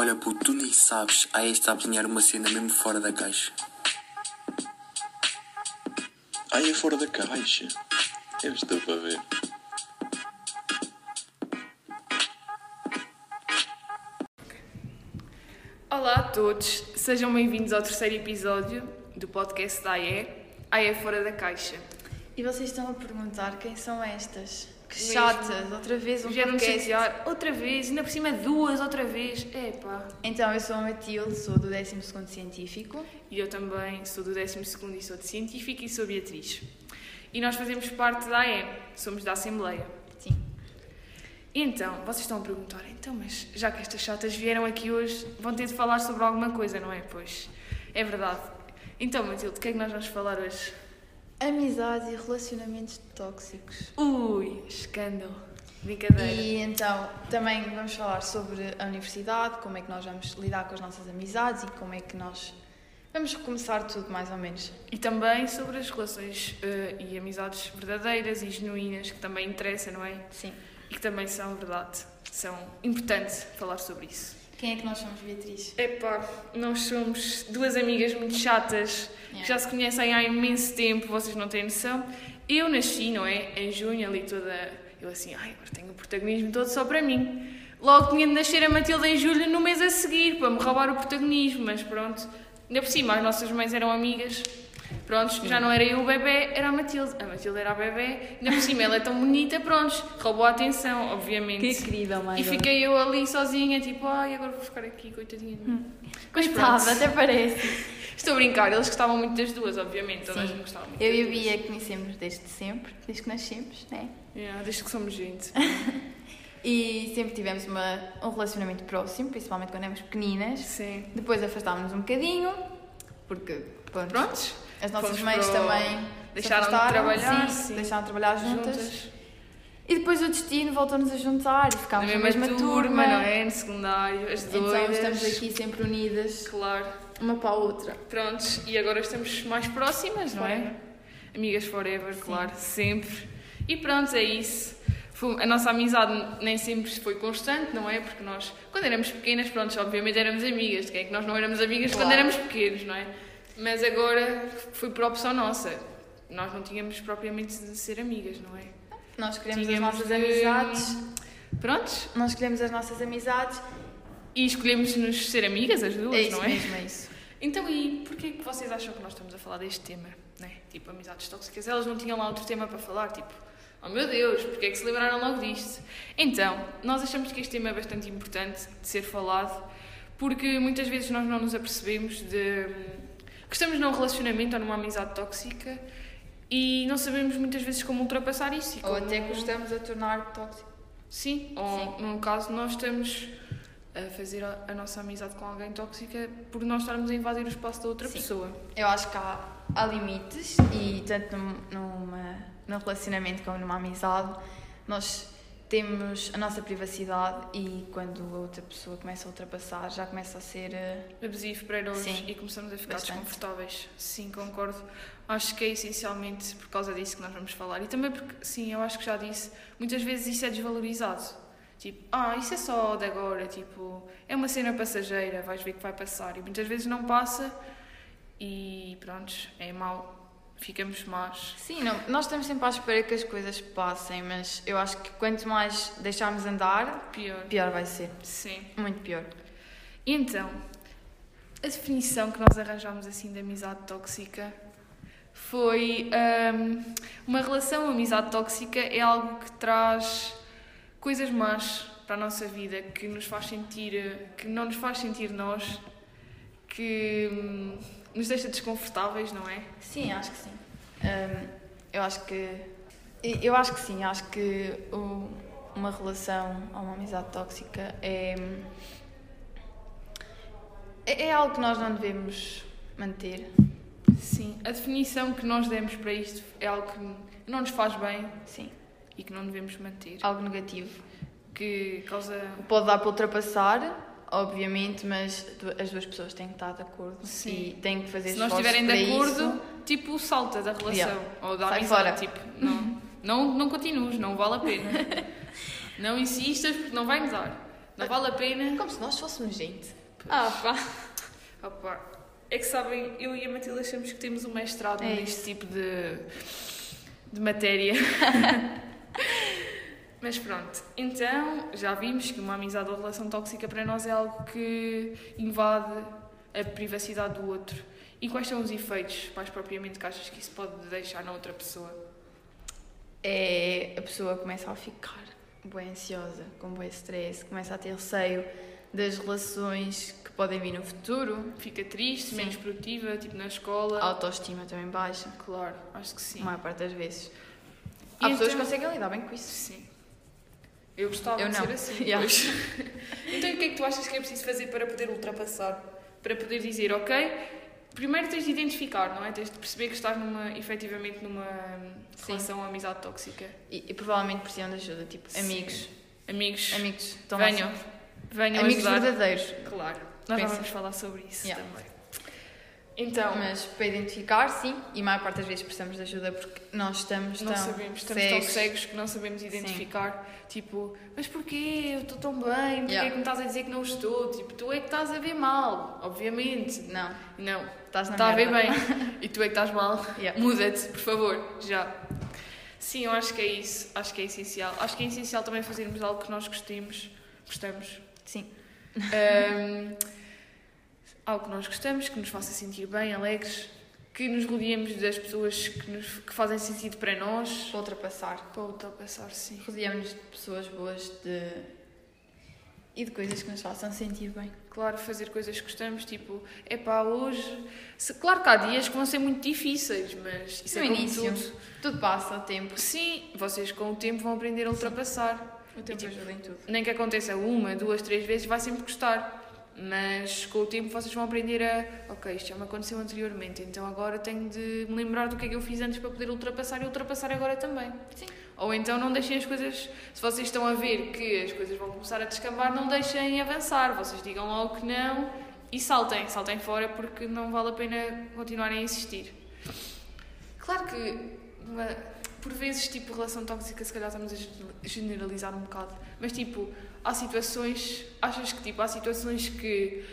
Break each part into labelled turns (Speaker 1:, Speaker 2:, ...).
Speaker 1: Olha, puto, tu nem sabes. A esta a planear uma cena mesmo fora da caixa.
Speaker 2: Ai, é fora da caixa. Eu estou para ver.
Speaker 3: Olá a todos, sejam bem-vindos ao terceiro episódio do podcast da AE, AE é Fora da Caixa.
Speaker 4: E vocês estão a perguntar quem são estas? Que
Speaker 3: Mesmo.
Speaker 4: chatas, outra vez um
Speaker 3: Já não me
Speaker 4: podcast.
Speaker 3: chatear outra vez, ainda por cima duas outra vez, epá.
Speaker 4: Então, eu sou a Matilde, sou do 12º Científico.
Speaker 3: E eu também sou do 12 e sou de Científica e sou Beatriz. E nós fazemos parte da AE, somos da Assembleia.
Speaker 4: Sim.
Speaker 3: Então, vocês estão a perguntar, então, mas já que estas chatas vieram aqui hoje, vão ter de falar sobre alguma coisa, não é? Pois, é verdade. Então, Matilde, o que é que nós vamos falar hoje?
Speaker 4: Amizades e relacionamentos tóxicos.
Speaker 3: Ui, escândalo. Brincadeira.
Speaker 4: E então, também vamos falar sobre a universidade, como é que nós vamos lidar com as nossas amizades e como é que nós vamos recomeçar tudo, mais ou menos.
Speaker 3: E também sobre as relações eh, e amizades verdadeiras e genuínas, que também interessa, não é?
Speaker 4: Sim.
Speaker 3: E que também são verdade. São importante falar sobre isso.
Speaker 4: Quem é que nós somos, Beatriz?
Speaker 3: Epá, nós somos duas amigas muito chatas, que já se conhecem há imenso tempo, vocês não têm noção. Eu nasci, não é? Em junho, ali toda. Eu assim, ai, agora tenho o protagonismo todo só para mim. Logo tinha de nascer a Matilde em julho no mês a seguir, para me roubar o protagonismo, mas pronto. Ainda por cima, as nossas mães eram amigas. Prontos, já não era eu o bebê, era a Matilde. A Matilde era a bebê. Ainda por cima, ela é tão bonita, prontos, roubou a atenção, obviamente.
Speaker 4: querida,
Speaker 3: E fiquei eu ali sozinha, tipo, ai, agora vou ficar aqui, coitadinha de
Speaker 4: Hum.
Speaker 3: mim. Mas pronto,
Speaker 4: Coitada, até parece.
Speaker 3: estou a brincar, eles gostavam muito das duas, obviamente, toda a
Speaker 4: Sim.
Speaker 3: gente gostava muito.
Speaker 4: Eu
Speaker 3: das
Speaker 4: e a
Speaker 3: duas.
Speaker 4: Bia conhecemos desde sempre, desde que nascemos, né?
Speaker 3: Yeah, desde que somos gente.
Speaker 4: E sempre tivemos uma, um relacionamento próximo, principalmente quando éramos pequeninas.
Speaker 3: Sim.
Speaker 4: Depois afastámos-nos um bocadinho, porque pronto,
Speaker 3: Prontos?
Speaker 4: as nossas
Speaker 3: Fomos
Speaker 4: mães
Speaker 3: pro-
Speaker 4: também se
Speaker 3: deixaram de
Speaker 4: afastaram,
Speaker 3: trabalhar,
Speaker 4: sim,
Speaker 3: sim.
Speaker 4: deixaram de trabalhar juntas.
Speaker 3: Juntas.
Speaker 4: E depois o destino voltou-nos a juntar e
Speaker 3: Na
Speaker 4: ficámos
Speaker 3: mesma, turma, não é? No secundário, as
Speaker 4: Então
Speaker 3: doidas.
Speaker 4: estamos aqui sempre unidas,
Speaker 3: Claro.
Speaker 4: uma para a outra.
Speaker 3: Prontos, e agora estamos mais próximas, não é?
Speaker 4: Forever.
Speaker 3: Amigas forever, claro, sempre. E pronto, é isso. Foi- A nossa amizade nem sempre foi constante, não é? Porque nós, quando éramos pequenas, pronto, obviamente éramos amigas. De quem é que nós não éramos amigas quando
Speaker 4: Claro.
Speaker 3: éramos pequenos, não é? Mas agora foi por opção nossa. Nós não tínhamos propriamente de ser amigas, não é?
Speaker 4: Nós queremos as
Speaker 3: Tínhamos
Speaker 4: nossas
Speaker 3: de-
Speaker 4: amizades,
Speaker 3: Prontos?
Speaker 4: nós queremos as nossas amizades.
Speaker 3: E escolhemos-nos ser amigas, as duas,
Speaker 4: é isso
Speaker 3: não é?
Speaker 4: mesmo, é isso.
Speaker 3: Então, e porquê que vocês acham que nós estamos a falar deste tema? Né? Tipo, amizades tóxicas, elas não tinham lá outro tema para falar, tipo, oh meu Deus, porquê é que se lembraram logo disto? Então, nós achamos que este tema é bastante importante de ser falado, porque muitas vezes nós não nos apercebemos de que estamos num relacionamento ou numa amizade tóxica e não sabemos muitas vezes como ultrapassar isso. e
Speaker 4: Ou
Speaker 3: como-
Speaker 4: até que estamos a tornar tóxico.
Speaker 3: Sim, ou no caso nós estamos a fazer a a nossa amizade com alguém tóxica por nós estarmos a invadir o espaço da outra
Speaker 4: Sim.
Speaker 3: pessoa.
Speaker 4: Eu acho que há, há limites e tanto num, numa, num relacionamento como numa amizade, nós temos a nossa privacidade e quando a outra pessoa começa a ultrapassar, já começa a ser. eh,
Speaker 3: abusivo para nós
Speaker 4: Sim.
Speaker 3: e começamos a ficar
Speaker 4: Bastante.
Speaker 3: desconfortáveis. Sim, concordo. Acho que é essencialmente por causa disso que nós vamos falar. E também porque, sim, eu acho que já disse, muitas vezes isso é desvalorizado. Tipo, ah, isso é só de agora, tipo, é uma cena passageira, vais ver que vai passar. E muitas vezes não passa e pronto, é mau. Ficamos más.
Speaker 4: Sim, não, nós estamos sempre à espera que as coisas passem, mas eu acho que quanto mais deixarmos andar,
Speaker 3: Pior.
Speaker 4: pior vai ser.
Speaker 3: Sim.
Speaker 4: Muito pior.
Speaker 3: Então, a definição que nós arranjámos assim de amizade tóxica foi hum, uma relação amizade tóxica é algo que traz coisas más para a nossa vida, que nos faz sentir, eh, que não nos faz sentir nós, que hum, nos deixa desconfortáveis, não é?
Speaker 4: Sim, acho que sim. Hum, eu acho que. Eu acho que sim, acho que o- uma relação ou uma amizade tóxica é. É é algo que nós não devemos manter.
Speaker 3: Sim. A definição que nós demos para isto é algo que não nos faz bem
Speaker 4: Sim.
Speaker 3: e que não devemos manter,
Speaker 4: Algo negativo.
Speaker 3: que causa
Speaker 4: Pode dar para ultrapassar, obviamente, mas du- as duas pessoas têm que estar de acordo
Speaker 3: Sim.
Speaker 4: e têm que fazer
Speaker 3: Se nós
Speaker 4: esforços
Speaker 3: estiverem de
Speaker 4: para
Speaker 3: acordo,
Speaker 4: isso.
Speaker 3: tipo, salta da relação.
Speaker 4: Yeah.
Speaker 3: Ou da
Speaker 4: Sai
Speaker 3: amizade.
Speaker 4: fora.
Speaker 3: Tipo, não, não, não continues, não vale a pena. não insistas porque não vai mudar. Não vale a pena.
Speaker 4: É Como se nós fôssemos gente. Ah, pá.
Speaker 3: Opa, é que sabem, eu e a Matilde achamos que temos um mestrado
Speaker 4: É
Speaker 3: neste tipo de, de matéria. Mas pronto, então já vimos que uma amizade ou relação tóxica para nós é algo que invade a privacidade do outro. E quais são os efeitos, mais propriamente, que achas que isso pode deixar na outra pessoa?
Speaker 4: É, a pessoa começa a ficar bem ansiosa, com bem stress, começa a ter receio das relações que podem vir no futuro.
Speaker 3: Fica triste,
Speaker 4: Sim.
Speaker 3: menos produtiva, tipo na escola?
Speaker 4: A autoestima também baixa,
Speaker 3: Claro, acho que sim.
Speaker 4: a maior parte das vezes.
Speaker 3: E
Speaker 4: Há pessoas que
Speaker 3: então-
Speaker 4: conseguem lidar bem com isso.
Speaker 3: Sim. Eu gostava
Speaker 4: Eu
Speaker 3: de
Speaker 4: não.
Speaker 3: ser assim.
Speaker 4: Yeah.
Speaker 3: pois. então, e o que é que tu achas que é preciso fazer para poder ultrapassar? Para poder dizer, ok, primeiro tens de identificar, não é? Tens de perceber que estás numa, efetivamente numa hum,
Speaker 4: Sim.
Speaker 3: relação a amizade tóxica.
Speaker 4: E, e provavelmente precisam de ajuda, tipo,
Speaker 3: Sim.
Speaker 4: amigos,
Speaker 3: Amigos,
Speaker 4: amigos, estão lá
Speaker 3: venham. Venham
Speaker 4: amigos
Speaker 3: ajudar.
Speaker 4: verdadeiros.
Speaker 3: Claro. Nós já
Speaker 4: Pensa.
Speaker 3: vamos falar sobre isso
Speaker 4: Yeah.
Speaker 3: também. Então,
Speaker 4: Mas para identificar, sim, e a maior parte das vezes precisamos de ajuda porque nós estamos
Speaker 3: não
Speaker 4: tão
Speaker 3: sabemos, estamos tão cegos que não sabemos identificar, tipo, mas porquê? Eu estou tão bem, porquê
Speaker 4: Yeah.
Speaker 3: que me estás a dizer que não estou? Tipo, tu é que estás a ver mal, obviamente.
Speaker 4: Não,
Speaker 3: Não,
Speaker 4: estás na
Speaker 3: está a ver
Speaker 4: merda.
Speaker 3: bem e tu é que estás mal.
Speaker 4: Yeah.
Speaker 3: Muda-te, por favor, já. Sim, eu acho que é isso, acho que é essencial. Acho que é essencial também fazermos algo que nós gostemos, gostamos.
Speaker 4: Sim,
Speaker 3: Ahm, algo que nós gostamos, que nos faça sentir bem, alegres, que nos rodeemos das pessoas que, nos- que fazem sentido para nós.
Speaker 4: para ultrapassar.
Speaker 3: Para ultrapassar, sim.
Speaker 4: Rodeamos-nos de pessoas boas de... e de coisas que nos façam sentir bem.
Speaker 3: Claro, fazer coisas que gostamos, tipo, é pá, hoje. se- claro que há dias que vão ser muito difíceis, mas isso
Speaker 4: no
Speaker 3: é como
Speaker 4: início,
Speaker 3: tudo.
Speaker 4: tudo passa, o tempo.
Speaker 3: Sim, vocês com o tempo vão aprender a ultrapassar.
Speaker 4: O
Speaker 3: tempo
Speaker 4: tempo ajuda em tudo.
Speaker 3: Nem que aconteça uma, duas, três vezes, vai sempre custar. Mas com o tempo vocês vão aprender a. Ok, isto já me aconteceu anteriormente, então agora tenho de me lembrar do que é que eu fiz antes para poder ultrapassar e ultrapassar agora também.
Speaker 4: Sim.
Speaker 3: Ou então não deixem as coisas. Se vocês estão a ver que as coisas vão começar a descambar, não deixem avançar. Vocês digam logo que não e saltem, saltem fora porque não vale a pena continuarem a insistir. Claro que uma- por vezes, tipo, relação tóxica, se calhar estamos a gen- generalizar um bocado, mas tipo, há situações, achas que tipo, há situações que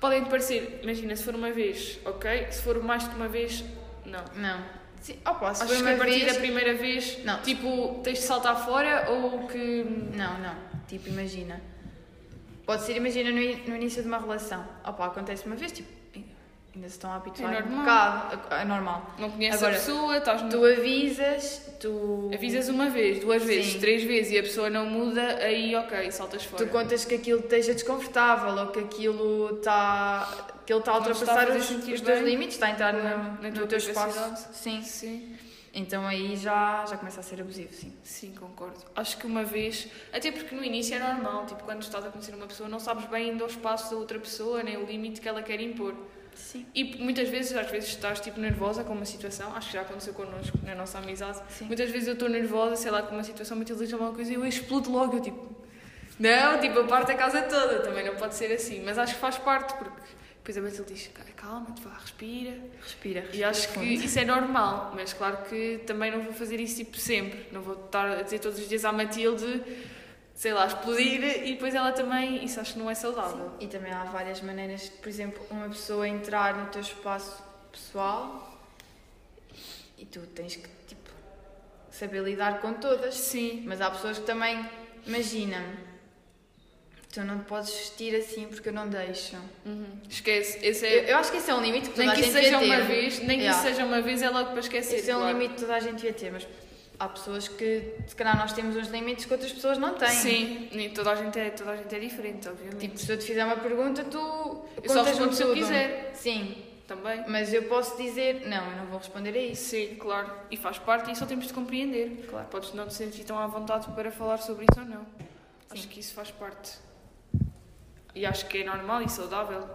Speaker 3: podem te parecer, imagina, se for uma vez, ok? Se for mais de uma vez, não.
Speaker 4: Não. Sim, opa, se
Speaker 3: Achas
Speaker 4: for
Speaker 3: que a
Speaker 4: uma
Speaker 3: partir
Speaker 4: vez...
Speaker 3: da primeira vez,
Speaker 4: Não.
Speaker 3: tipo, tens de saltar fora ou que.
Speaker 4: Não, não. Tipo, imagina. Pode ser, imagina, no, in- no início de uma relação. Opa, acontece uma vez, tipo, ainda- ainda se estão a habituar
Speaker 3: É
Speaker 4: um
Speaker 3: normal.
Speaker 4: bocado. É normal.
Speaker 3: Não conheces
Speaker 4: Agora,
Speaker 3: a pessoa, estás no...
Speaker 4: Tu avisas, tu.
Speaker 3: Avisas uma vez, duas vezes,
Speaker 4: Sim.
Speaker 3: três vezes e a pessoa não muda, aí ok, saltas fora.
Speaker 4: Tu contas que aquilo te esteja desconfortável ou que aquilo está. que ele está a
Speaker 3: Não te está a
Speaker 4: ultrapassar
Speaker 3: fazer
Speaker 4: os,
Speaker 3: sentir
Speaker 4: os teus
Speaker 3: bem.
Speaker 4: limites, está a entrar
Speaker 3: Na-
Speaker 4: no,
Speaker 3: é na
Speaker 4: no
Speaker 3: tua
Speaker 4: teu espaço.
Speaker 3: privacidade.
Speaker 4: Sim.
Speaker 3: Sim.
Speaker 4: Então aí já, já começa a ser abusivo, sim.
Speaker 3: Sim, concordo. Acho que uma vez, até porque no início é normal, tipo, quando estás a conhecer uma pessoa, não sabes bem ainda o espaço da outra pessoa, nem o limite que ela quer impor.
Speaker 4: Sim.
Speaker 3: E muitas vezes, às vezes estás tipo nervosa com uma situação, acho que já aconteceu connosco na nossa amizade.
Speaker 4: Sim.
Speaker 3: Muitas vezes eu estou nervosa, sei lá, com uma situação muito elegante alguma coisa e eu explodo logo, eu tipo, não, tipo, a parte da casa toda, também não pode ser assim, mas acho que faz parte, porque depois a Matilde diz, calma, te vá, respira.
Speaker 4: Respira, respira.
Speaker 3: E acho que
Speaker 4: fundo.
Speaker 3: isso é normal, mas claro que também não vou fazer isso tipo sempre. Não vou estar a dizer todos os dias à Matilde, sei lá, explodir e depois ela também. Isso acho que não é saudável.
Speaker 4: E também há várias maneiras, de, por exemplo, uma pessoa entrar no teu espaço pessoal e tu tens que, tipo, saber lidar com todas.
Speaker 3: Sim.
Speaker 4: Mas há pessoas que também, imagina, tu não te podes vestir assim porque eu não deixo.
Speaker 3: Uhum. Esquece. Esse
Speaker 4: Eu,
Speaker 3: é.
Speaker 4: eu acho que esse é um limite que toda
Speaker 3: nem
Speaker 4: a
Speaker 3: que
Speaker 4: gente
Speaker 3: isso seja
Speaker 4: devia
Speaker 3: uma
Speaker 4: ter.
Speaker 3: vez, nem que
Speaker 4: Yeah.
Speaker 3: isso seja uma vez é logo para esquecer.
Speaker 4: Esse é um
Speaker 3: claro.
Speaker 4: limite que toda a gente devia ter, mas há pessoas que, se calhar, nós temos uns limites que outras pessoas não têm.
Speaker 3: Sim, nem- toda a, gente é, toda a gente é diferente, obviamente.
Speaker 4: Tipo, se eu te fizer uma pergunta, tu
Speaker 3: eu só
Speaker 4: contas-me
Speaker 3: respondo se eu
Speaker 4: tudo.
Speaker 3: quiser.
Speaker 4: Sim,
Speaker 3: Também.
Speaker 4: Mas eu posso dizer, não, eu não vou responder a isso.
Speaker 3: Sim, claro. E faz parte e só temos de compreender. Claro. Podes não te sentir tão à vontade para falar sobre isso ou não. Acho que isso faz parte. E acho que é normal e saudável.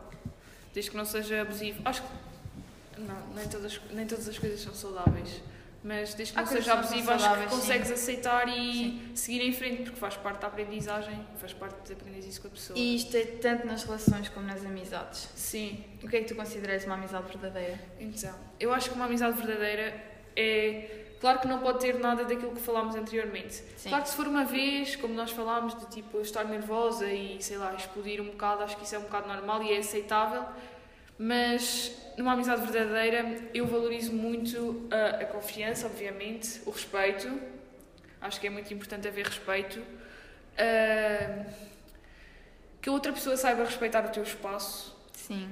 Speaker 3: Desde que não seja abusivo. Acho que. Não, nem todas, nem todas as coisas são saudáveis. Mas desde que
Speaker 4: Há
Speaker 3: não
Speaker 4: coisas
Speaker 3: seja
Speaker 4: que não são
Speaker 3: abusivo, acho que
Speaker 4: saudáveis, sim.
Speaker 3: consegues aceitar e seguir em frente, porque faz parte da aprendizagem, faz parte de aprender isso com a pessoa.
Speaker 4: E isto é tanto nas relações como nas amizades.
Speaker 3: Sim,
Speaker 4: O que é que tu consideras uma amizade verdadeira?
Speaker 3: Então, eu acho que uma amizade verdadeira é Claro que não pode ter nada daquilo que falámos anteriormente.
Speaker 4: Sim.
Speaker 3: Claro que se for uma vez, como nós falámos, de tipo estar nervosa e sei lá, explodir um bocado, acho que isso é um bocado normal e é aceitável. Mas numa amizade verdadeira, eu valorizo muito ah, a, a confiança, obviamente, o respeito. Acho que é muito importante haver respeito. Ah, que a outra pessoa saiba respeitar o teu espaço
Speaker 4: Sim.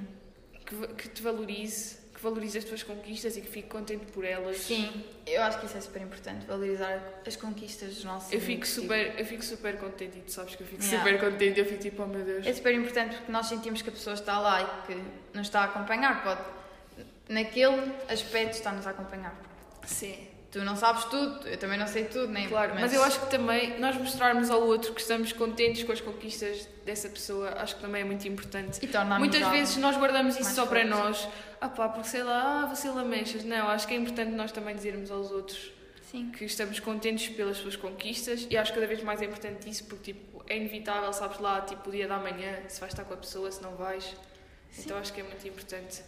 Speaker 3: que, va- que te valorize, que valorize as tuas conquistas e que fique contente por elas.
Speaker 4: Sim, eu acho que isso é super importante, valorizar as conquistas dos nossos
Speaker 3: Eu fico
Speaker 4: amigos, tipo.
Speaker 3: super, eu fico super contente e tu sabes que eu fico
Speaker 4: Yeah.
Speaker 3: super contente, eu fico tipo, oh meu Deus.
Speaker 4: É super importante porque nós sentimos que a pessoa está lá e que nos está a acompanhar, pode. Naquele aspecto está-nos a acompanhar.
Speaker 3: Sim.
Speaker 4: Tu não sabes tudo, eu também não sei tudo, nem
Speaker 3: Claro, mas eu acho que também nós mostrarmos ao outro que estamos contentes com as conquistas dessa pessoa, acho que também é muito importante.
Speaker 4: E torna a
Speaker 3: Muitas
Speaker 4: amizade
Speaker 3: vezes nós guardamos isso
Speaker 4: mais
Speaker 3: só para
Speaker 4: forte.
Speaker 3: nós. Ah pá, porque sei lá, ah, você lamechas. Não, acho que é importante nós também dizermos aos outros
Speaker 4: Sim.
Speaker 3: que estamos contentes pelas suas conquistas e acho cada vez mais é importante isso porque tipo, é inevitável, sabes lá, tipo o dia da manhã, se vais estar com a pessoa, se não vais. Então acho que é muito importante.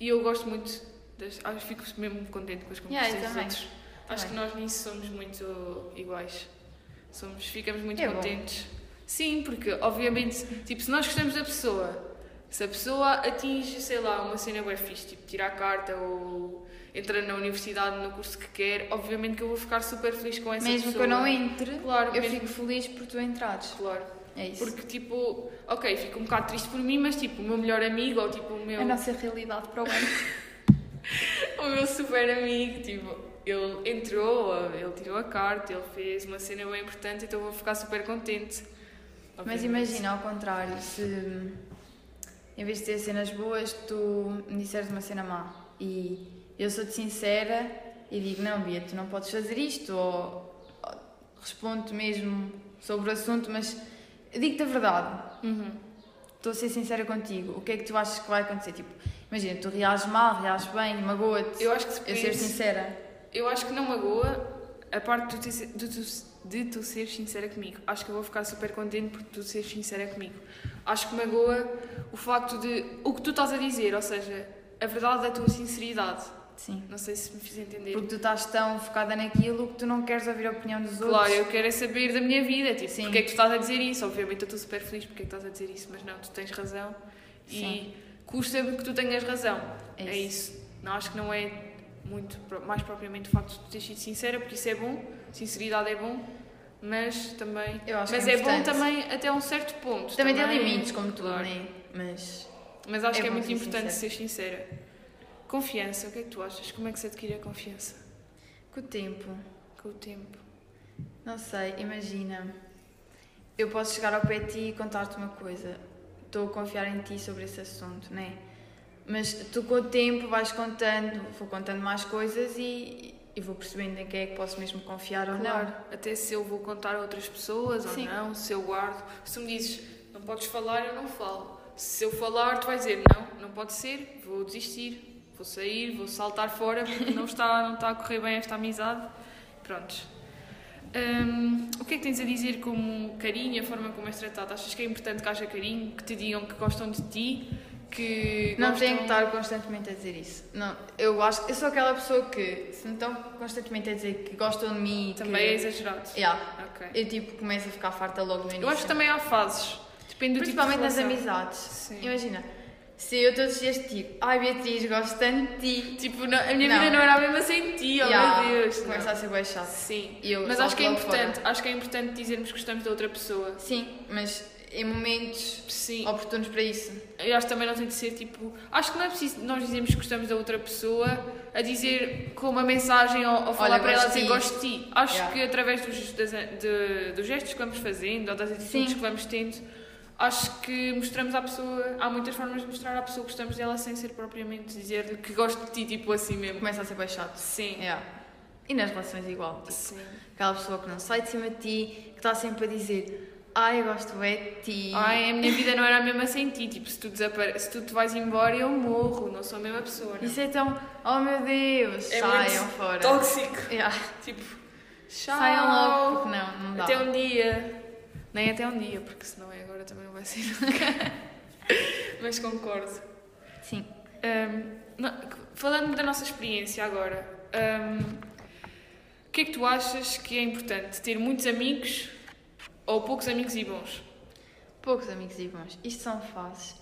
Speaker 3: E eu gosto muito, das, acho que fico mesmo contente com as conquistas
Speaker 4: Yeah, eu
Speaker 3: dos
Speaker 4: também.
Speaker 3: outros. Acho
Speaker 4: Também.
Speaker 3: que nós nisso somos muito iguais. Somos, ficamos muito
Speaker 4: É bom.
Speaker 3: contentes. Sim, porque obviamente, tipo, se nós gostamos da pessoa, se a pessoa atinge, sei lá, uma cena bem fixe, tipo, tirar a carta ou entra na universidade no curso que quer, obviamente que eu vou ficar super feliz com essa
Speaker 4: Mesmo
Speaker 3: pessoa.
Speaker 4: que eu não entre,
Speaker 3: Claro,
Speaker 4: eu
Speaker 3: mesmo-
Speaker 4: fico feliz por tu entrares.
Speaker 3: Claro.
Speaker 4: É isso.
Speaker 3: Porque, tipo, ok, fico um bocado triste por mim, mas, tipo, o meu melhor amigo ou, tipo, o meu...
Speaker 4: A nossa realidade para o ano.
Speaker 3: O meu super amigo, tipo, ele entrou, ele tirou a carta, ele fez uma cena bem importante, então eu vou ficar super contente.
Speaker 4: Mas
Speaker 3: Obviamente.
Speaker 4: imagina, ao contrário, se em vez de ter cenas boas, tu me disseres uma cena má e eu sou-te sincera e digo: Não, Bia, tu não podes fazer isto, ou, ou respondo-te mesmo sobre o assunto, mas digo-te a verdade.
Speaker 3: Uhum.
Speaker 4: Estou a ser sincera contigo. O que é que tu achas que vai acontecer? Tipo, imagina, tu reages mal, reages bem, magoa-te.
Speaker 3: Eu acho que se
Speaker 4: eu ser
Speaker 3: pensa-
Speaker 4: sincera.
Speaker 3: Eu acho que não magoa a parte de tu, ter- de tu- de tu ser sincera comigo. Acho que eu vou ficar super contente por tu seres sincera comigo. Acho que magoa o facto de o que tu estás a dizer, ou seja, a verdade da tua sinceridade.
Speaker 4: Sim.
Speaker 3: Não sei se me fiz entender.
Speaker 4: Porque tu estás tão focada naquilo que tu não queres ouvir a opinião dos outros.
Speaker 3: Claro, eu quero é saber da minha vida, tipo,
Speaker 4: Sim.
Speaker 3: porque é que tu estás a dizer isso? Obviamente eu estou super feliz porque é que estás a dizer isso, mas não, tu tens razão
Speaker 4: Sim.
Speaker 3: e custa-me que tu tenhas razão.
Speaker 4: É
Speaker 3: É isso. Não, acho que não é muito pro- mais propriamente o facto de tu teres sido sincera, porque isso é bom, sinceridade é bom, mas também.
Speaker 4: Eu acho que
Speaker 3: mas
Speaker 4: é
Speaker 3: é, bom
Speaker 4: importante.
Speaker 3: também até um certo ponto. é
Speaker 4: Também, tem limites, como tudo,
Speaker 3: Claro.
Speaker 4: né? Mas.
Speaker 3: Mas acho
Speaker 4: É
Speaker 3: que é
Speaker 4: bom
Speaker 3: muito
Speaker 4: ser
Speaker 3: importante
Speaker 4: sincero.
Speaker 3: ser sincera. Confiança, o que é que tu achas? Como é que se adquire a confiança?
Speaker 4: Com o tempo,
Speaker 3: Com o tempo.
Speaker 4: não sei, imagina. Eu posso chegar ao pé de ti e contar-te uma coisa. Estou a confiar em ti sobre esse assunto, né? Mas tu com o tempo vais contando, vou contando mais coisas e, e vou percebendo em quem é que posso mesmo confiar ou
Speaker 3: Claro,
Speaker 4: não.
Speaker 3: até se eu vou contar a outras pessoas ou
Speaker 4: Sim.
Speaker 3: não, se eu guardo. Se tu me dizes, não podes falar, eu não falo. Se eu falar, tu vais dizer, não, não pode ser, vou desistir, vou sair, vou saltar fora porque não está, não está a correr bem esta amizade. Prontos. Hum, o que é que tens a dizer como carinho, a forma como és tratado? Achas que é importante que haja carinho, que te digam que gostam de ti, que
Speaker 4: Não
Speaker 3: gostam...
Speaker 4: tenho que estar constantemente a dizer isso. Não, eu acho eu sou aquela pessoa que se me estão constantemente a dizer que gostam de mim e
Speaker 3: Também é
Speaker 4: que,
Speaker 3: exagerado.
Speaker 4: yeah,
Speaker 3: Ok.
Speaker 4: eu tipo começo a ficar farta logo no início.
Speaker 3: Eu acho que também há fases. Depende do
Speaker 4: Principalmente
Speaker 3: tipo de
Speaker 4: nas
Speaker 3: relação.
Speaker 4: amizades.
Speaker 3: Sim.
Speaker 4: Imagina, se eu todos os dias te digo, ai Beatriz, gosto tanto de ti.
Speaker 3: Tipo, não- a minha
Speaker 4: Não.
Speaker 3: vida não era a mesma sem ti, oh
Speaker 4: Ya,
Speaker 3: meu Deus.
Speaker 4: Começa a ser bem chato.
Speaker 3: Sim,
Speaker 4: E eu
Speaker 3: mas
Speaker 4: salto
Speaker 3: acho que é
Speaker 4: logo
Speaker 3: importante, acho que é importante dizermos que gostamos da outra pessoa.
Speaker 4: Sim, mas em momentos
Speaker 3: Sim,
Speaker 4: oportunos para isso.
Speaker 3: eu acho que também não tem de ser tipo. Acho que não é preciso nós dizermos que gostamos da outra pessoa a dizer com uma mensagem ou, ou falar
Speaker 4: Olha,
Speaker 3: para ela
Speaker 4: gosto de
Speaker 3: dizer
Speaker 4: ti.
Speaker 3: gosto de ti. Acho
Speaker 4: Ya.
Speaker 3: que através dos, das- de- dos gestos que vamos fazendo ou das atitudes
Speaker 4: Sim.
Speaker 3: que vamos tendo, acho que mostramos à pessoa. Há muitas formas de mostrar à pessoa que gostamos dela sem ser propriamente dizer-lhe que gosto de ti, tipo assim mesmo.
Speaker 4: Começa a ser bem chato.
Speaker 3: Sim,
Speaker 4: é? Yeah. E nas relações igual. Tipo,
Speaker 3: sim.
Speaker 4: Aquela pessoa que não sai de cima de ti, que está sempre a dizer, ai eu gosto bem de ti.
Speaker 3: Ai, a minha vida não era a mesma sem ti. Tipo, se tu, desapare... se tu te vais embora, eu morro. Não sou a mesma pessoa, não.
Speaker 4: Isso é tão, oh meu Deus,
Speaker 3: É
Speaker 4: saiam
Speaker 3: muito
Speaker 4: fora.
Speaker 3: Tóxico.
Speaker 4: Yeah.
Speaker 3: Tipo, tchau.
Speaker 4: Saiam logo, porque não, não dá.
Speaker 3: Até um dia. Nem até um dia, porque se não é agora também não vai ser nunca. Mas concordo.
Speaker 4: Sim.
Speaker 3: Ahm, não, falando da nossa experiência agora, ahm, O que é que tu achas que é importante? Ter muitos amigos ou poucos amigos e bons?
Speaker 4: Poucos amigos e bons. Isto são fases.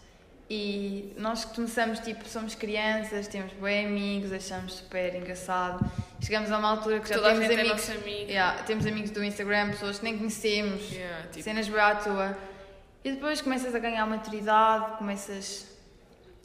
Speaker 4: E nós começamos, tipo, somos crianças, temos bem amigos, achamos super engraçado. Chegamos a uma altura que já
Speaker 3: Toda a
Speaker 4: temos
Speaker 3: gente é
Speaker 4: amigos.
Speaker 3: nosso amigo.
Speaker 4: Yeah, temos amigos do Instagram, pessoas que nem conhecemos,
Speaker 3: Yeah, tipo-
Speaker 4: cenas bem à toa. E depois começas a ganhar maturidade, começas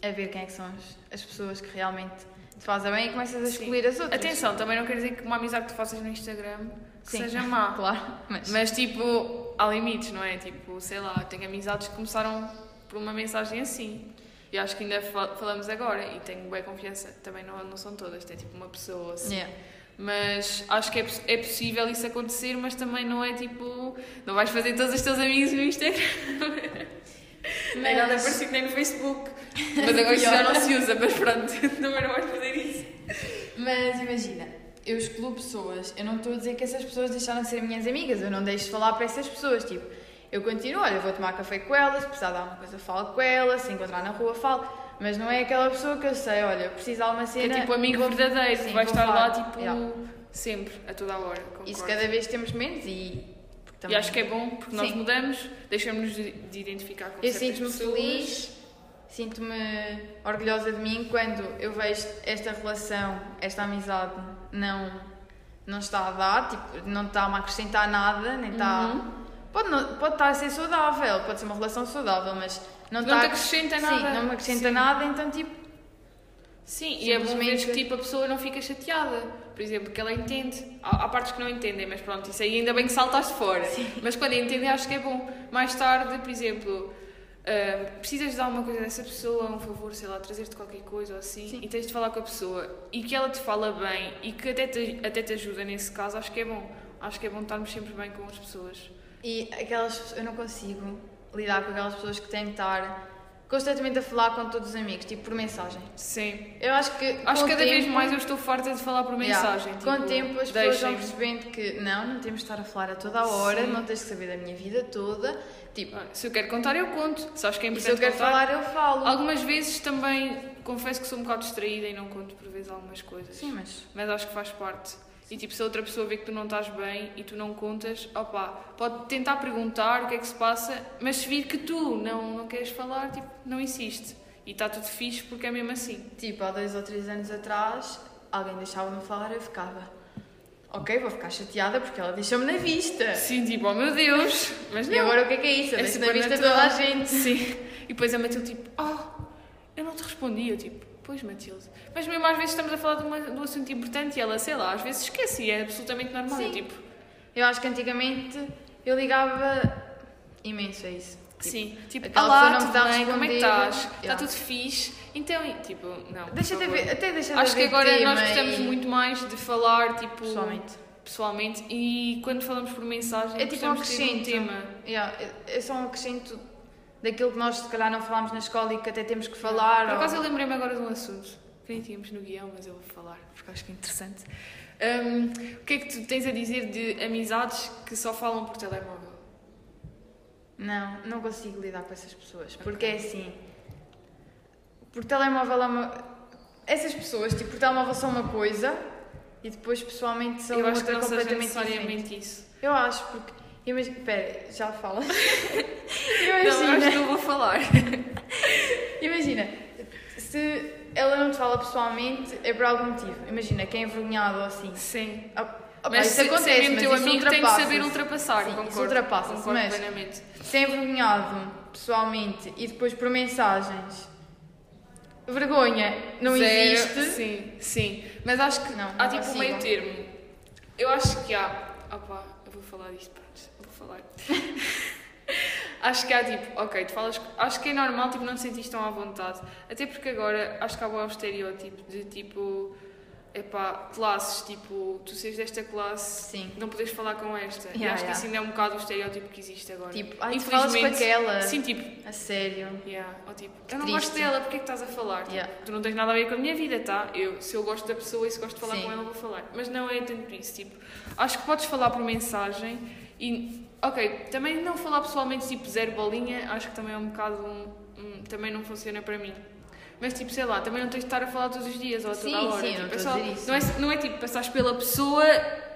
Speaker 4: a ver quem é que são as, as pessoas que realmente te fazem bem e começas a
Speaker 3: Sim.
Speaker 4: escolher as outras.
Speaker 3: Atenção, também não quer dizer que uma amizade que tu faças no Instagram que
Speaker 4: Sim,
Speaker 3: seja má.
Speaker 4: Claro, mas,
Speaker 3: Mas tipo, há limites, não é? Tipo, sei lá, eu tenho amizades que começaram por uma mensagem assim. E acho que ainda fal- falamos agora e tenho boa confiança. Também não, não são todas, tem tipo uma pessoa assim.
Speaker 4: Yeah.
Speaker 3: Mas acho que é, poss- é possível isso acontecer, mas também não é tipo. Não vais fazer todos os teus amigos no Instagram. Nem nada
Speaker 4: Mas-
Speaker 3: parecido nem no Facebook. Mas agora isso já não se usa, mas pronto, também não vais fazer isso.
Speaker 4: Mas imagina, eu excluo pessoas, eu não estou a dizer que essas pessoas deixaram de ser minhas amigas, eu não deixo de falar para essas pessoas, tipo, eu continuo, olha, vou tomar café com elas, se precisar de alguma coisa falo com elas, se encontrar na rua falo, mas não é aquela pessoa que eu sei, olha, preciso de alguma
Speaker 3: É
Speaker 4: cena...
Speaker 3: tipo amigo
Speaker 4: vou-
Speaker 3: verdadeiro,
Speaker 4: sim,
Speaker 3: vai
Speaker 4: vou
Speaker 3: estar lá
Speaker 4: falar.
Speaker 3: tipo
Speaker 4: Yeah.
Speaker 3: sempre, a toda a hora. Concordo.
Speaker 4: Isso cada vez temos menos e... porque
Speaker 3: E acho que é bom porque nós
Speaker 4: Sim.
Speaker 3: mudamos, deixamos-nos de de identificar com
Speaker 4: Eu
Speaker 3: certas
Speaker 4: sinto-me
Speaker 3: pessoas.
Speaker 4: feliz, sinto-me orgulhosa de mim quando eu vejo esta relação, esta amizade não não está a dar, tipo, não está a me acrescentar nada, nem está
Speaker 3: Uhum.
Speaker 4: pode não- pode estar a ser saudável, pode ser uma relação saudável, mas não,
Speaker 3: Não
Speaker 4: está
Speaker 3: te
Speaker 4: a-
Speaker 3: acrescenta
Speaker 4: Sim,
Speaker 3: nada.
Speaker 4: não me acrescenta
Speaker 3: Sim.
Speaker 4: nada, então tipo,
Speaker 3: Sim, e é bom ver que
Speaker 4: Simplesmente-
Speaker 3: tipo, a pessoa não fica chateada. Por exemplo, que ela entende. Há, há partes que não entendem, mas pronto, isso aí ainda bem que saltaste fora. Mas quando entendem, acho que é bom. Mais tarde, por exemplo, ah, precisas de alguma coisa dessa pessoa, um favor, sei lá, trazer-te qualquer coisa ou assim,
Speaker 4: Sim.
Speaker 3: e tens de falar com a pessoa e que ela te fala bem e que até te, até te ajuda nesse caso, acho que é bom. Acho que é bom estarmos sempre bem com as pessoas.
Speaker 4: e aquelas pessoas- eu não consigo lidar com aquelas pessoas que têm de estar constantemente a falar com todos os amigos, tipo por mensagem.
Speaker 3: Sim.
Speaker 4: Eu acho que
Speaker 3: Acho
Speaker 4: com
Speaker 3: que
Speaker 4: o
Speaker 3: cada vez
Speaker 4: tempo-
Speaker 3: mais eu estou farta de falar por mensagem.
Speaker 4: Yeah.
Speaker 3: tipo,
Speaker 4: Com o tempo as pessoas vão
Speaker 3: deixem-me.
Speaker 4: percebendo que não, não temos de estar a falar a toda a hora,
Speaker 3: Sim.
Speaker 4: não tens de saber da minha vida toda. Tipo,
Speaker 3: Olha, é? Se eu quero contar, eu conto. Se acho que é
Speaker 4: e
Speaker 3: importante
Speaker 4: se eu quero
Speaker 3: contar,
Speaker 4: falar, eu falo.
Speaker 3: Algumas vezes também confesso que sou um bocado distraída e não conto por vezes algumas coisas.
Speaker 4: Sim, mas.
Speaker 3: Mas acho que faz parte. E tipo, se a outra pessoa vê que tu não estás bem e tu não contas, opá, pode tentar perguntar o que é que se passa, mas se vir que tu não, não queres falar, tipo, não insiste. E está tudo fixe porque é mesmo assim.
Speaker 4: Tipo, há dois ou três anos atrás, alguém deixava-me falar, eu ficava. Ok, vou ficar chateada porque ela deixou-me na vista.
Speaker 3: Sim, tipo, oh meu Deus! Mas não.
Speaker 4: E agora o que é que é isso? Eu
Speaker 3: É
Speaker 4: deixo na
Speaker 3: super
Speaker 4: vista
Speaker 3: natural.
Speaker 4: toda a gente.
Speaker 3: Sim. E depois a Matilde, tipo, oh, eu não te respondi. Eu, tipo, pois Matilde. Mas mesmo às vezes estamos a falar de, uma, de um assunto importante e ela, sei lá, às vezes esquece e é absolutamente normal. Eu,
Speaker 4: Sim.
Speaker 3: tipo,
Speaker 4: Eu acho que antigamente eu ligava imenso a isso.
Speaker 3: sim. Tipo,
Speaker 4: aquela pessoa
Speaker 3: olá,
Speaker 4: não
Speaker 3: tudo
Speaker 4: te dá a
Speaker 3: bem, como é que
Speaker 4: responder.
Speaker 3: estás? Está
Speaker 4: Yeah.
Speaker 3: tudo fixe? Então, e, tipo, não. por
Speaker 4: Deixa-te
Speaker 3: favor.
Speaker 4: ver, até deixa-te
Speaker 3: Acho que
Speaker 4: ver de
Speaker 3: agora
Speaker 4: ti,
Speaker 3: nós
Speaker 4: mas-
Speaker 3: gostamos muito mais de falar, tipo,
Speaker 4: Pessoalmente.
Speaker 3: pessoalmente. E quando falamos por mensagem,
Speaker 4: É tipo um
Speaker 3: gostamos de ter
Speaker 4: acrescento.
Speaker 3: tema.
Speaker 4: Yeah, é, é só um acrescento daquilo que nós se calhar não falámos na escola e que até temos que falar.
Speaker 3: Por
Speaker 4: ou-
Speaker 3: acaso eu lembrei-me agora de um assunto que nem tínhamos no guião, mas eu vou falar porque acho que é interessante. Hum, o que é que tu tens a dizer de amizades que só falam por telemóvel?
Speaker 4: Não, não consigo lidar com essas pessoas. Porque é assim. Por telemóvel é uma. Essas pessoas, tipo, por telemóvel são uma coisa e depois pessoalmente são
Speaker 3: eu acho que
Speaker 4: outra
Speaker 3: não seja
Speaker 4: completamente diferente.
Speaker 3: necessariamente isso.
Speaker 4: Eu acho, porque. Imagina. Pera, já fala.
Speaker 3: Não, eu acho
Speaker 4: imagina.
Speaker 3: que eu vou falar.
Speaker 4: Imagina. Se ela não te fala pessoalmente, é por algum motivo. Imagina, que é envergonhado ou assim.
Speaker 3: Sim.
Speaker 4: Ah, opa,
Speaker 3: Mas
Speaker 4: isso
Speaker 3: se,
Speaker 4: acontece,
Speaker 3: se é mesmo
Speaker 4: mas
Speaker 3: teu
Speaker 4: isso
Speaker 3: amigo, tem que saber
Speaker 4: ultrapassa-se.
Speaker 3: ultrapassar.
Speaker 4: Sim,
Speaker 3: concordo,
Speaker 4: isso ultrapassa-se,
Speaker 3: concordo
Speaker 4: mas
Speaker 3: plenamente.
Speaker 4: se é envergonhado pessoalmente e depois por mensagens, vergonha não
Speaker 3: Zero,
Speaker 4: existe.
Speaker 3: Sim, sim. Mas acho que
Speaker 4: Não,
Speaker 3: há
Speaker 4: não
Speaker 3: tipo um
Speaker 4: consigo.
Speaker 3: meio termo. Eu acho que há. Opa, eu vou falar disto, pronto, vou falar. acho que há tipo, ok, tu falas. Acho que é normal tipo, não te sentires tão à vontade. Até porque agora acho que há o estereótipo de tipo. Epá, classes, tipo, tu seres desta classe,
Speaker 4: Sim.
Speaker 3: não podes falar com esta. e
Speaker 4: Yeah,
Speaker 3: acho
Speaker 4: yeah.
Speaker 3: que isso ainda é um bocado o estereótipo que existe agora.
Speaker 4: Tipo, ai, tu falas com aquela.
Speaker 3: Sim, tipo,
Speaker 4: A sério.
Speaker 3: Yeah, ou tipo, eu não
Speaker 4: triste.
Speaker 3: gosto dela, porque é que estás a falar? Tipo,
Speaker 4: Yeah.
Speaker 3: Tu não tens nada a ver com a minha vida, tá? Eu, se eu gosto da pessoa e se gosto de falar
Speaker 4: Sim.
Speaker 3: com ela, vou falar. Mas não é tanto isso, tipo, acho que podes falar por mensagem e, ok, também não falar pessoalmente, tipo, zero bolinha, acho que também é um bocado, um, um- também não funciona para mim. Mas tipo, sei lá, também não tens de estar a falar todos os dias ou a toda
Speaker 4: Sim,
Speaker 3: a hora.
Speaker 4: sim, eu
Speaker 3: tipo,
Speaker 4: não
Speaker 3: é
Speaker 4: estou a
Speaker 3: só-
Speaker 4: dizer isso.
Speaker 3: não é, não é tipo, passares pela pessoa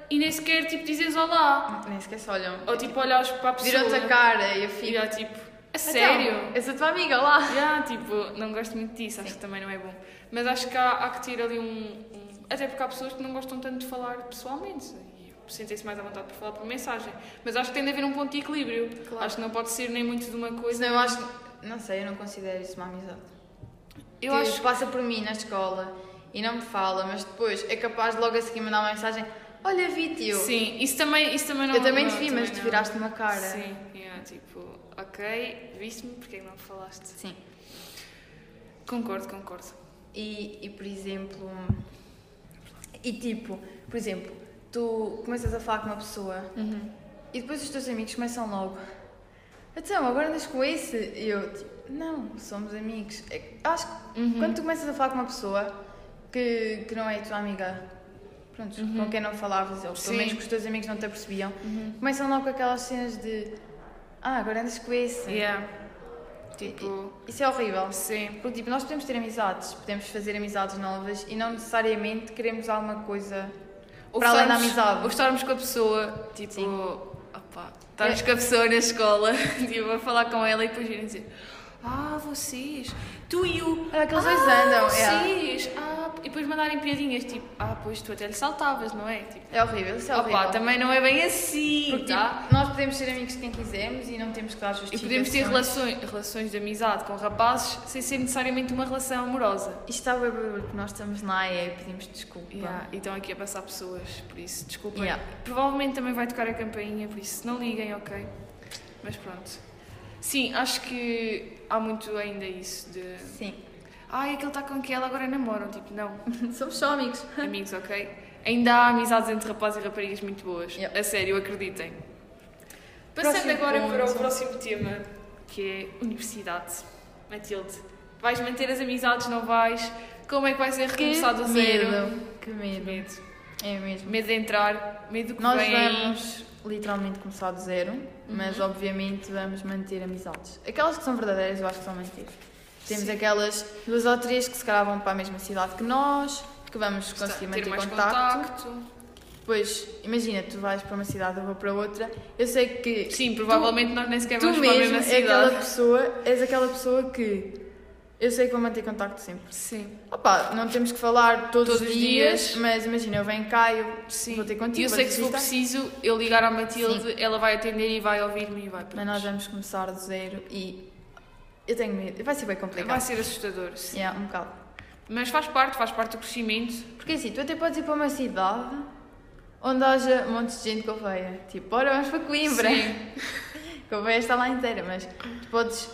Speaker 3: e nem sequer tipo dizes olá.
Speaker 4: Nem sequer se olham.
Speaker 3: Ou tipo olhas para a pessoa.
Speaker 4: Viram-te a cara e eu fico.
Speaker 3: E já tipo, a
Speaker 4: "Então,
Speaker 3: sério?
Speaker 4: Eu sou a tua amiga lá.
Speaker 3: Já, tipo, não gosto muito disso, acho que também não é bom. Mas acho que há, há que ter ali um, um- Até porque há pessoas que não gostam tanto de falar pessoalmente e sentem-se mais à vontade por falar por mensagem. Mas acho que tem de haver um ponto de equilíbrio.
Speaker 4: Claro.
Speaker 3: Acho que não pode ser nem muito de uma coisa.
Speaker 4: Senão eu acho. que- Não sei, eu não considero isso uma amizade.
Speaker 3: Eu
Speaker 4: que
Speaker 3: acho.
Speaker 4: passa por mim na escola e não me fala, mas depois é capaz de logo a seguir mandar uma mensagem: Olha, vi-te eu.
Speaker 3: Sim, isso também, isso também não
Speaker 4: eu também
Speaker 3: não,
Speaker 4: te vi, mas tu
Speaker 3: não.
Speaker 4: viraste uma cara.
Speaker 3: Sim, yeah, tipo, ok, viste-me, porque é que não me falaste?
Speaker 4: Sim.
Speaker 3: Concordo, concordo.
Speaker 4: E, e por exemplo. E tipo, por exemplo, tu começas a falar com uma pessoa
Speaker 3: Uhum.
Speaker 4: e depois os teus amigos começam logo. Então, agora andas com esse? E eu, tipo, não, somos amigos. É que Acho que
Speaker 3: Uhum.
Speaker 4: quando tu começas a falar com uma pessoa que, que não é a tua amiga, pronto, com quem não falavas, ou
Speaker 3: Uhum. Sim. Uhum.
Speaker 4: pelo menos que os teus amigos não te apercebiam, começam logo com aquelas cenas de, ah, agora andas com esse.
Speaker 3: Yeah,
Speaker 4: E-
Speaker 3: É, tipo,
Speaker 4: Isso é horrível.
Speaker 3: sim.
Speaker 4: Porque tipo, nós podemos ter amizades, podemos fazer amizades novas e não necessariamente queremos alguma coisa para além da
Speaker 3: estarmos-
Speaker 4: amizade.
Speaker 3: Ou estarmos com a pessoa, tipo,
Speaker 4: Sim.
Speaker 3: opá, estarmos com a pessoa na escola, tipo, a falar com ela e depois virem dizer, ah, vocês, tu e o...
Speaker 4: Olha, aqueles
Speaker 3: ah,
Speaker 4: dois andam, é."
Speaker 3: vocês, ah, e depois mandarem piadinhas, tipo, ah, pois tu até lhe saltavas, não é? Tipo,
Speaker 4: É horrível, isso é horrível.
Speaker 3: opá, também não é bem assim,
Speaker 4: Porque, tipo,
Speaker 3: tá?
Speaker 4: nós podemos ser amigos de quem quisermos e não temos que dar
Speaker 3: E
Speaker 4: justificações.
Speaker 3: podemos ter relações, relações de amizade com rapazes sem ser necessariamente uma relação amorosa.
Speaker 4: Isto está bem barulho porque nós estamos na AE e pedimos desculpa.
Speaker 3: Yeah. E estão aqui a passar pessoas, por isso, desculpem.
Speaker 4: Yeah.
Speaker 3: Provavelmente também vai tocar a campainha, por isso não liguem, ok? Mas pronto. Sim, acho que há muito ainda isso de.
Speaker 4: Sim.
Speaker 3: Ai, é aquele está tá com aquela, agora namoram. Tipo, não.
Speaker 4: Somos só amigos.
Speaker 3: Amigos, ok? Ainda há amizades entre rapazes e raparigas muito boas.
Speaker 4: Yeah.
Speaker 3: A sério, acreditem. Passando
Speaker 4: Próximo
Speaker 3: agora para o
Speaker 4: ponto.
Speaker 3: próximo tema, que é universidade. Matilde, vais manter as amizades, não vais? Como é que vai ser recomeçar do zero?
Speaker 4: medo. Que medo.
Speaker 3: Medo.
Speaker 4: É mesmo.
Speaker 3: Medo de entrar, medo do que
Speaker 4: Nós
Speaker 3: vem Uhum. aí.
Speaker 4: vamos literalmente começar do zero, mas obviamente vamos manter amizades. Aquelas que são verdadeiras eu acho que vão manter. Temos
Speaker 3: Sim.
Speaker 4: aquelas duas ou três que se calhar vão para a mesma cidade que nós, que vamos
Speaker 3: Está-
Speaker 4: conseguir
Speaker 3: ter
Speaker 4: manter
Speaker 3: mais
Speaker 4: contacto.
Speaker 3: contacto.
Speaker 4: Depois, imagina, tu vais para uma cidade, eu vou para outra. Eu sei que
Speaker 3: Sim, provavelmente nós nem sequer
Speaker 4: tu
Speaker 3: vamos para a
Speaker 4: mesmo
Speaker 3: mesma
Speaker 4: é
Speaker 3: cidade.
Speaker 4: aquela pessoa, és aquela pessoa que eu sei que vou manter contacto sempre.
Speaker 3: Sim,
Speaker 4: Opa, não temos que falar todos,
Speaker 3: Todos
Speaker 4: os
Speaker 3: os
Speaker 4: dias,
Speaker 3: dias.
Speaker 4: mas imagina, eu venho cá, eu
Speaker 3: sim.
Speaker 4: vou ter contigo.
Speaker 3: E eu
Speaker 4: vou
Speaker 3: sei
Speaker 4: ter
Speaker 3: que se for
Speaker 4: visitar.
Speaker 3: preciso, eu ligar à Matilde, ela vai atender e vai ouvir-me e vai
Speaker 4: Mas nós vamos começar do zero e eu tenho medo. Vai ser bem
Speaker 3: Vai
Speaker 4: complicado.
Speaker 3: ser assustador, sim.
Speaker 4: Yeah, um bocado.
Speaker 3: Mas faz parte, faz parte do crescimento.
Speaker 4: Porque assim, tu até podes ir para uma cidade onde haja montes de gente com veia. Tipo, ora vamos para Coimbra.
Speaker 3: Sim.
Speaker 4: Coveia está lá inteira, mas tu podes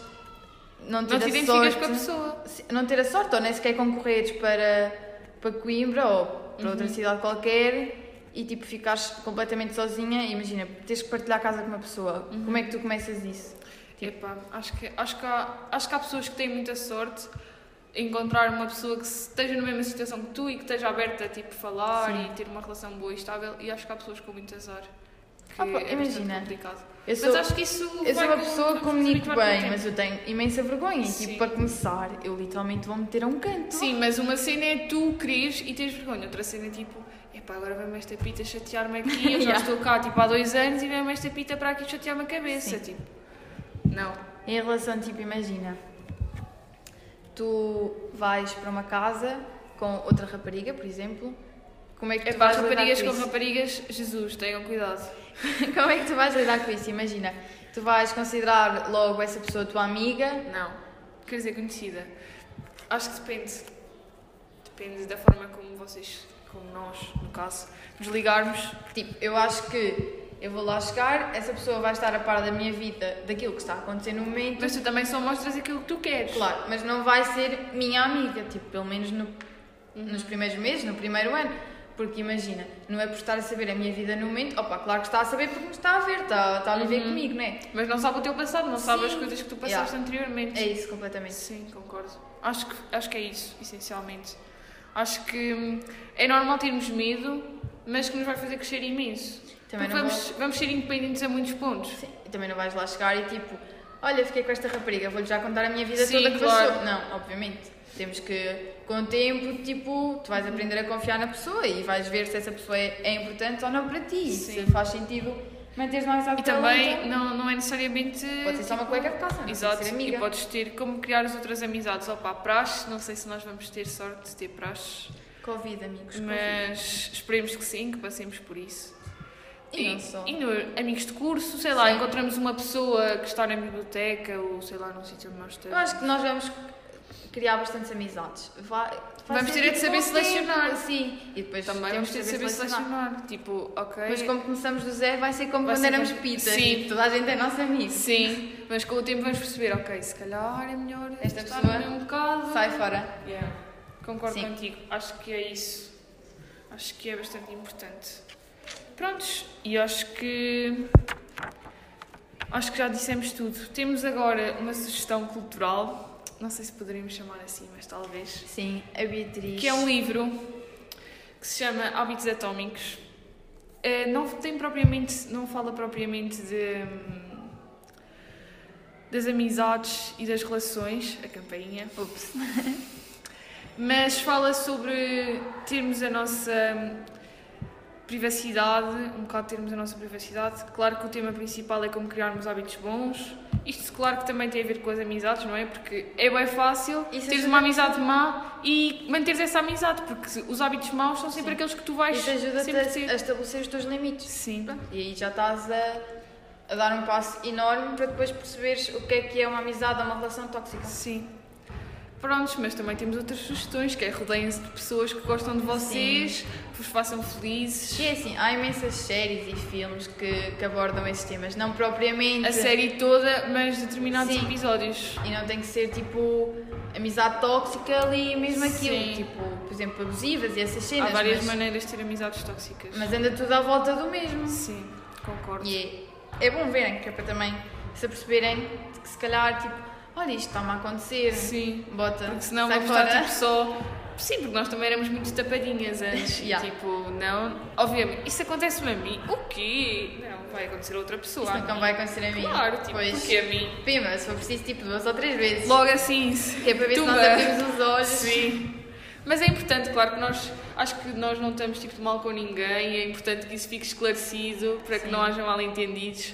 Speaker 4: não ter
Speaker 3: Não te
Speaker 4: a
Speaker 3: identificas
Speaker 4: sorte.
Speaker 3: com a pessoa.
Speaker 4: se- Não ter a sorte, ou nem sequer concorreres para, para Coimbra ou para
Speaker 3: Uhum.
Speaker 4: outra cidade qualquer e tipo ficares completamente sozinha. Imagina, tens que partilhar casa com uma pessoa.
Speaker 3: Uhum.
Speaker 4: Como é que tu começas isso?
Speaker 3: Epá, Tipo, acho que, acho, que há, acho que há pessoas que têm muita sorte em encontrar uma pessoa que esteja na mesma situação que tu e que esteja aberta a tipo, falar
Speaker 4: Sim.
Speaker 3: e ter uma relação boa e estável. E acho que há pessoas com muito azar. Que
Speaker 4: Ah, pá,
Speaker 3: é
Speaker 4: imagina.
Speaker 3: bastante complicado.
Speaker 4: Eu
Speaker 3: mas acho que isso.
Speaker 4: Eu sou
Speaker 3: vai
Speaker 4: uma
Speaker 3: com-
Speaker 4: pessoa que
Speaker 3: vamos
Speaker 4: comunico
Speaker 3: habituar com o
Speaker 4: bem,
Speaker 3: tempo.
Speaker 4: mas eu tenho imensa vergonha. E,
Speaker 3: Sim.
Speaker 4: Tipo, para começar, eu literalmente vou meter a um canto.
Speaker 3: Sim, mas uma cena é tu queres e tens vergonha. Outra cena é tipo, epá, agora vem-me esta pita chatear-me aqui. Eu já
Speaker 4: Yeah.
Speaker 3: estou cá tipo, há dois anos e vem-me esta pita para aqui chatear-me a cabeça.
Speaker 4: Sim. É
Speaker 3: Tipo, não.
Speaker 4: Em relação, tipo, imagina, tu vais para uma casa com outra rapariga, por exemplo. Como é que
Speaker 3: É
Speaker 4: tu
Speaker 3: pá,
Speaker 4: vais
Speaker 3: raparigas com
Speaker 4: lidar com isso?
Speaker 3: raparigas, Jesus, tenham cuidado.
Speaker 4: Como é que tu vais lidar com isso? Imagina, tu vais considerar logo essa pessoa tua amiga.
Speaker 3: Não. Quer dizer, conhecida. Acho que depende. Depende da forma como vocês, como nós, no caso, nos ligarmos.
Speaker 4: Tipo, eu acho que eu vou lá chegar, essa pessoa vai estar a par da minha vida, daquilo que está a acontecer no momento.
Speaker 3: Mas tu também só mostras aquilo que tu queres.
Speaker 4: Claro, mas não vai ser minha amiga, tipo, pelo menos no- nos primeiros meses, no primeiro ano. Porque imagina, não é por estar a saber a minha vida no momento, opa, claro que está a saber porque me está a ver, está, está a viver
Speaker 3: Uhum.
Speaker 4: comigo, não é?
Speaker 3: Mas não sabe o teu passado, não sabe as
Speaker 4: Sim.
Speaker 3: coisas que tu passaste
Speaker 4: Yeah.
Speaker 3: anteriormente.
Speaker 4: É isso, completamente.
Speaker 3: Sim, concordo. Acho que, acho que é isso, essencialmente. Acho que hum, é normal termos medo, mas que nos vai fazer crescer imenso.
Speaker 4: Também
Speaker 3: Porque
Speaker 4: não
Speaker 3: vamos, vamos ser independentes a muitos pontos.
Speaker 4: Sim, e também não vais lá chegar e tipo, olha, fiquei com esta rapariga, vou-lhe já contar a minha vida
Speaker 3: Sim,
Speaker 4: toda que
Speaker 3: claro.
Speaker 4: passou. Não, obviamente. Temos que, com o tempo, tipo, tu vais aprender a confiar na pessoa e vais ver se essa pessoa é é importante ou não para ti.
Speaker 3: Sim.
Speaker 4: Se faz sentido manteres mais
Speaker 3: E
Speaker 4: alto
Speaker 3: também não, não é necessariamente.
Speaker 4: Então, Pode ser só uma colega de casa, não
Speaker 3: Exato,
Speaker 4: precisa ser
Speaker 3: e
Speaker 4: amiga.
Speaker 3: podes ter como criar as outras amizades. Opa, praxe, não sei se nós vamos ter sorte de ter praxe,
Speaker 4: Covid, amigos, Covid.
Speaker 3: mas esperemos que sim, que passemos por isso.
Speaker 4: E não só.
Speaker 3: e no- amigos de curso, sei lá, encontramos uma pessoa que está na biblioteca ou sei lá, num sítio onde nós
Speaker 4: Eu
Speaker 3: estamos.
Speaker 4: acho que nós vamos criar bastantes amizades. Vai, vai
Speaker 3: Vamos ter
Speaker 4: ser
Speaker 3: é de
Speaker 4: tipo
Speaker 3: saber
Speaker 4: um
Speaker 3: selecionar.
Speaker 4: tempo, Sim, e depois
Speaker 3: Também
Speaker 4: temos
Speaker 3: vamos ter de saber selecionar. Tipo, ok.
Speaker 4: Mas como começamos do zero, vai ser como
Speaker 3: Vai
Speaker 4: quando
Speaker 3: ser
Speaker 4: éramos
Speaker 3: como-
Speaker 4: pitas.
Speaker 3: Sim.
Speaker 4: Sim. Toda a gente é nossa amiga.
Speaker 3: Sim, mas com o tempo vamos perceber, ok, se calhar é melhor
Speaker 4: Esta
Speaker 3: estar
Speaker 4: pessoa
Speaker 3: no mesmo bocado.
Speaker 4: Sai fora.
Speaker 3: Yeah, Concordo
Speaker 4: Sim.
Speaker 3: contigo. Acho que é isso. Acho que é bastante importante. Prontos, e acho que. Acho que já dissemos tudo. Temos agora uma sugestão cultural, não sei se poderíamos chamar assim, mas talvez.
Speaker 4: Sim, a Beatriz.
Speaker 3: Que é um livro que se chama Hábitos Atómicos. Eh, não tem propriamente. Não fala propriamente de. hum, das amizades e das relações, a campainha.
Speaker 4: Ups.
Speaker 3: mas fala sobre termos a nossa privacidade, um bocado termos a nossa privacidade. Claro que o tema principal é como criarmos hábitos bons. Isto, claro que também tem a ver com as amizades, não é? Porque é bem fácil
Speaker 4: Isso
Speaker 3: teres
Speaker 4: ajuda
Speaker 3: uma amizade má e manteres essa amizade, porque os hábitos maus são sempre
Speaker 4: Sim.
Speaker 3: aqueles que tu vais
Speaker 4: Isso ajuda-te
Speaker 3: sempre ter.
Speaker 4: a, a estabelecer os teus limites.
Speaker 3: Sim.
Speaker 4: E aí já estás a, a dar um passo enorme para depois perceberes o que é que é uma amizade ou uma relação tóxica.
Speaker 3: Sim. Prontos, mas também temos outras sugestões, que é rodeiem-se de pessoas que gostam de vocês, que vos façam felizes.
Speaker 4: E é assim, há imensas séries e filmes que, que abordam esses temas, não propriamente.
Speaker 3: a série toda, mas determinados
Speaker 4: Sim.
Speaker 3: episódios.
Speaker 4: E não tem que ser tipo amizade tóxica ali, mesmo aquilo.
Speaker 3: Sim.
Speaker 4: Tipo, por exemplo, abusivas e essas cenas.
Speaker 3: Há várias
Speaker 4: mas,
Speaker 3: maneiras de ter amizades tóxicas.
Speaker 4: mas anda tudo à volta do mesmo.
Speaker 3: Sim, concordo.
Speaker 4: E é, é bom verem, que é para também se aperceberem que se calhar, tipo, olha isto está-me a acontecer.
Speaker 3: Sim,
Speaker 4: Bota.
Speaker 3: porque senão
Speaker 4: sai
Speaker 3: vamos estar
Speaker 4: fora.
Speaker 3: tipo só. Sim, porque nós também éramos muito tapadinhas antes. e,
Speaker 4: Yeah.
Speaker 3: tipo, não. Obviamente, isso acontece-me a mim. O quê? Não, vai acontecer a outra pessoa.
Speaker 4: Isso
Speaker 3: a
Speaker 4: nunca
Speaker 3: mim.
Speaker 4: vai acontecer a mim.
Speaker 3: Claro, tipo,
Speaker 4: pois.
Speaker 3: porque a mim.
Speaker 4: Pima, se for preciso, tipo, duas ou três vezes.
Speaker 3: Logo assim.
Speaker 4: Que é para ver se nós
Speaker 3: tumba.
Speaker 4: abrimos os olhos.
Speaker 3: Sim. Mas é importante, claro que nós acho que nós não estamos tipo de mal com ninguém, é importante que isso fique esclarecido para que
Speaker 4: Sim.
Speaker 3: não haja mal entendidos.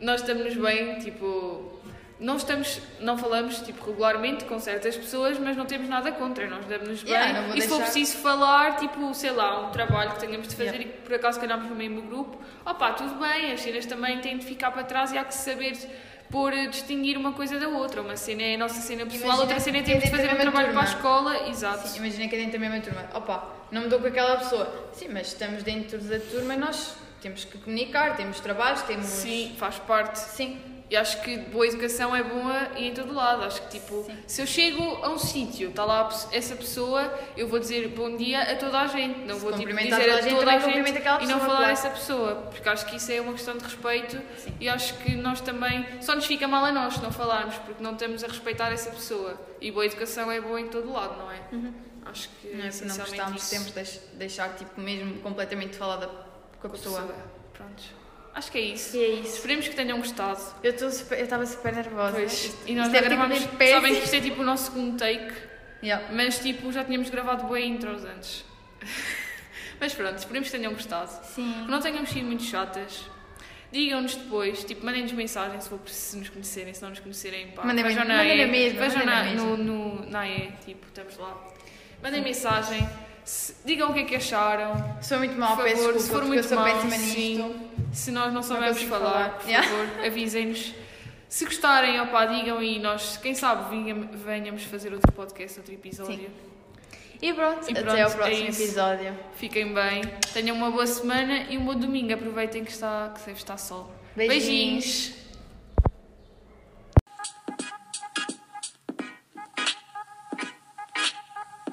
Speaker 3: Nós estamos bem, tipo, não estamos, não falamos tipo regularmente com certas pessoas, mas não temos nada contra, nós damos-nos bem.
Speaker 4: Yeah, não vou
Speaker 3: e se for
Speaker 4: deixar-
Speaker 3: preciso falar, tipo, sei lá, um trabalho que tenhamos de fazer
Speaker 4: Yeah.
Speaker 3: e que por acaso calhamos no mesmo grupo, opá, tudo bem, as cenas também têm de ficar para trás e há que saber pôr eh, distinguir uma coisa da outra. Uma cena é a nossa cena pessoal,
Speaker 4: Imagina
Speaker 3: outra cena é
Speaker 4: que
Speaker 3: temos de
Speaker 4: tem
Speaker 3: fazer um
Speaker 4: dentro da
Speaker 3: trabalho
Speaker 4: mesma
Speaker 3: para a
Speaker 4: turma.
Speaker 3: escola, exato.
Speaker 4: Sim, imagina que é dentro da mesma turma. Opa, não me dou com aquela pessoa. Sim, mas estamos dentro da turma e nós temos que comunicar, temos trabalhos, temos.
Speaker 3: Sim, faz parte.
Speaker 4: Sim.
Speaker 3: E acho que boa educação é boa e em todo lado. Acho que, tipo,
Speaker 4: Sim.
Speaker 3: se eu chego a um sítio, está lá a pe- essa pessoa, eu vou dizer bom dia a toda a gente. Não
Speaker 4: Se
Speaker 3: vou tipo, dizer
Speaker 4: cumprimentar
Speaker 3: a
Speaker 4: toda a gente,
Speaker 3: toda
Speaker 4: também
Speaker 3: a gente
Speaker 4: cumprimenta aquela
Speaker 3: e não
Speaker 4: pessoa,
Speaker 3: falar a
Speaker 4: claro.
Speaker 3: essa pessoa. Porque acho que isso é uma questão de respeito
Speaker 4: Sim.
Speaker 3: e acho que nós também. Só nos fica mal a nós se não falarmos, porque não estamos a respeitar essa pessoa. E boa educação é boa em todo lado, não é? Acho que
Speaker 4: Não é que não
Speaker 3: essencialmente
Speaker 4: gostamos,
Speaker 3: isso.
Speaker 4: temos de deix- deixar, tipo, mesmo completamente falada com a pessoa.
Speaker 3: Pronto. Acho que é isso.
Speaker 4: E é isso.
Speaker 3: Esperemos que tenham gostado.
Speaker 4: Eu estou super- eu estava super nervosa.
Speaker 3: Pois,
Speaker 4: Isto-
Speaker 3: e nós
Speaker 4: isto
Speaker 3: já
Speaker 4: é tipo
Speaker 3: gravámos.
Speaker 4: de péssimo.
Speaker 3: Sabem que isto é tipo o nosso segundo take,
Speaker 4: Yeah.
Speaker 3: mas tipo já tínhamos gravado boas intros antes. mas pronto, esperemos que tenham gostado. Que
Speaker 4: Sim.
Speaker 3: não tenhamos sido muito chatas. Digam-nos depois, tipo, mandem-nos mensagem se, for, preciso, se nos conhecerem, se não nos conhecerem, pá.
Speaker 4: Mandem-
Speaker 3: vejam na
Speaker 4: mandem na
Speaker 3: AE,
Speaker 4: mesma,
Speaker 3: Vejam na,
Speaker 4: mandem na
Speaker 3: no, no, na AE, tipo, estamos lá. Mandem mensagem, se- digam o que é que acharam.
Speaker 4: Sou muito mal,
Speaker 3: por favor,
Speaker 4: peço
Speaker 3: se for
Speaker 4: desculpa, porque eu
Speaker 3: muito
Speaker 4: sou
Speaker 3: mal,
Speaker 4: péssima
Speaker 3: sim.
Speaker 4: nisto.
Speaker 3: Se nós não soubermos
Speaker 4: consigo
Speaker 3: falar,
Speaker 4: falar.
Speaker 3: por
Speaker 4: Yeah.
Speaker 3: favor, avisem-nos. Se gostarem, opá, digam e nós, quem sabe, vinha- venhamos fazer outro podcast, outro episódio.
Speaker 4: Sim. E pronto,
Speaker 3: E pronto,
Speaker 4: até ao
Speaker 3: é
Speaker 4: próximo
Speaker 3: isso.
Speaker 4: episódio.
Speaker 3: Fiquem bem, tenham uma boa semana e um bom domingo. Aproveitem que, está, que sempre está sol.
Speaker 4: Beijinhos.
Speaker 3: Beijinhos.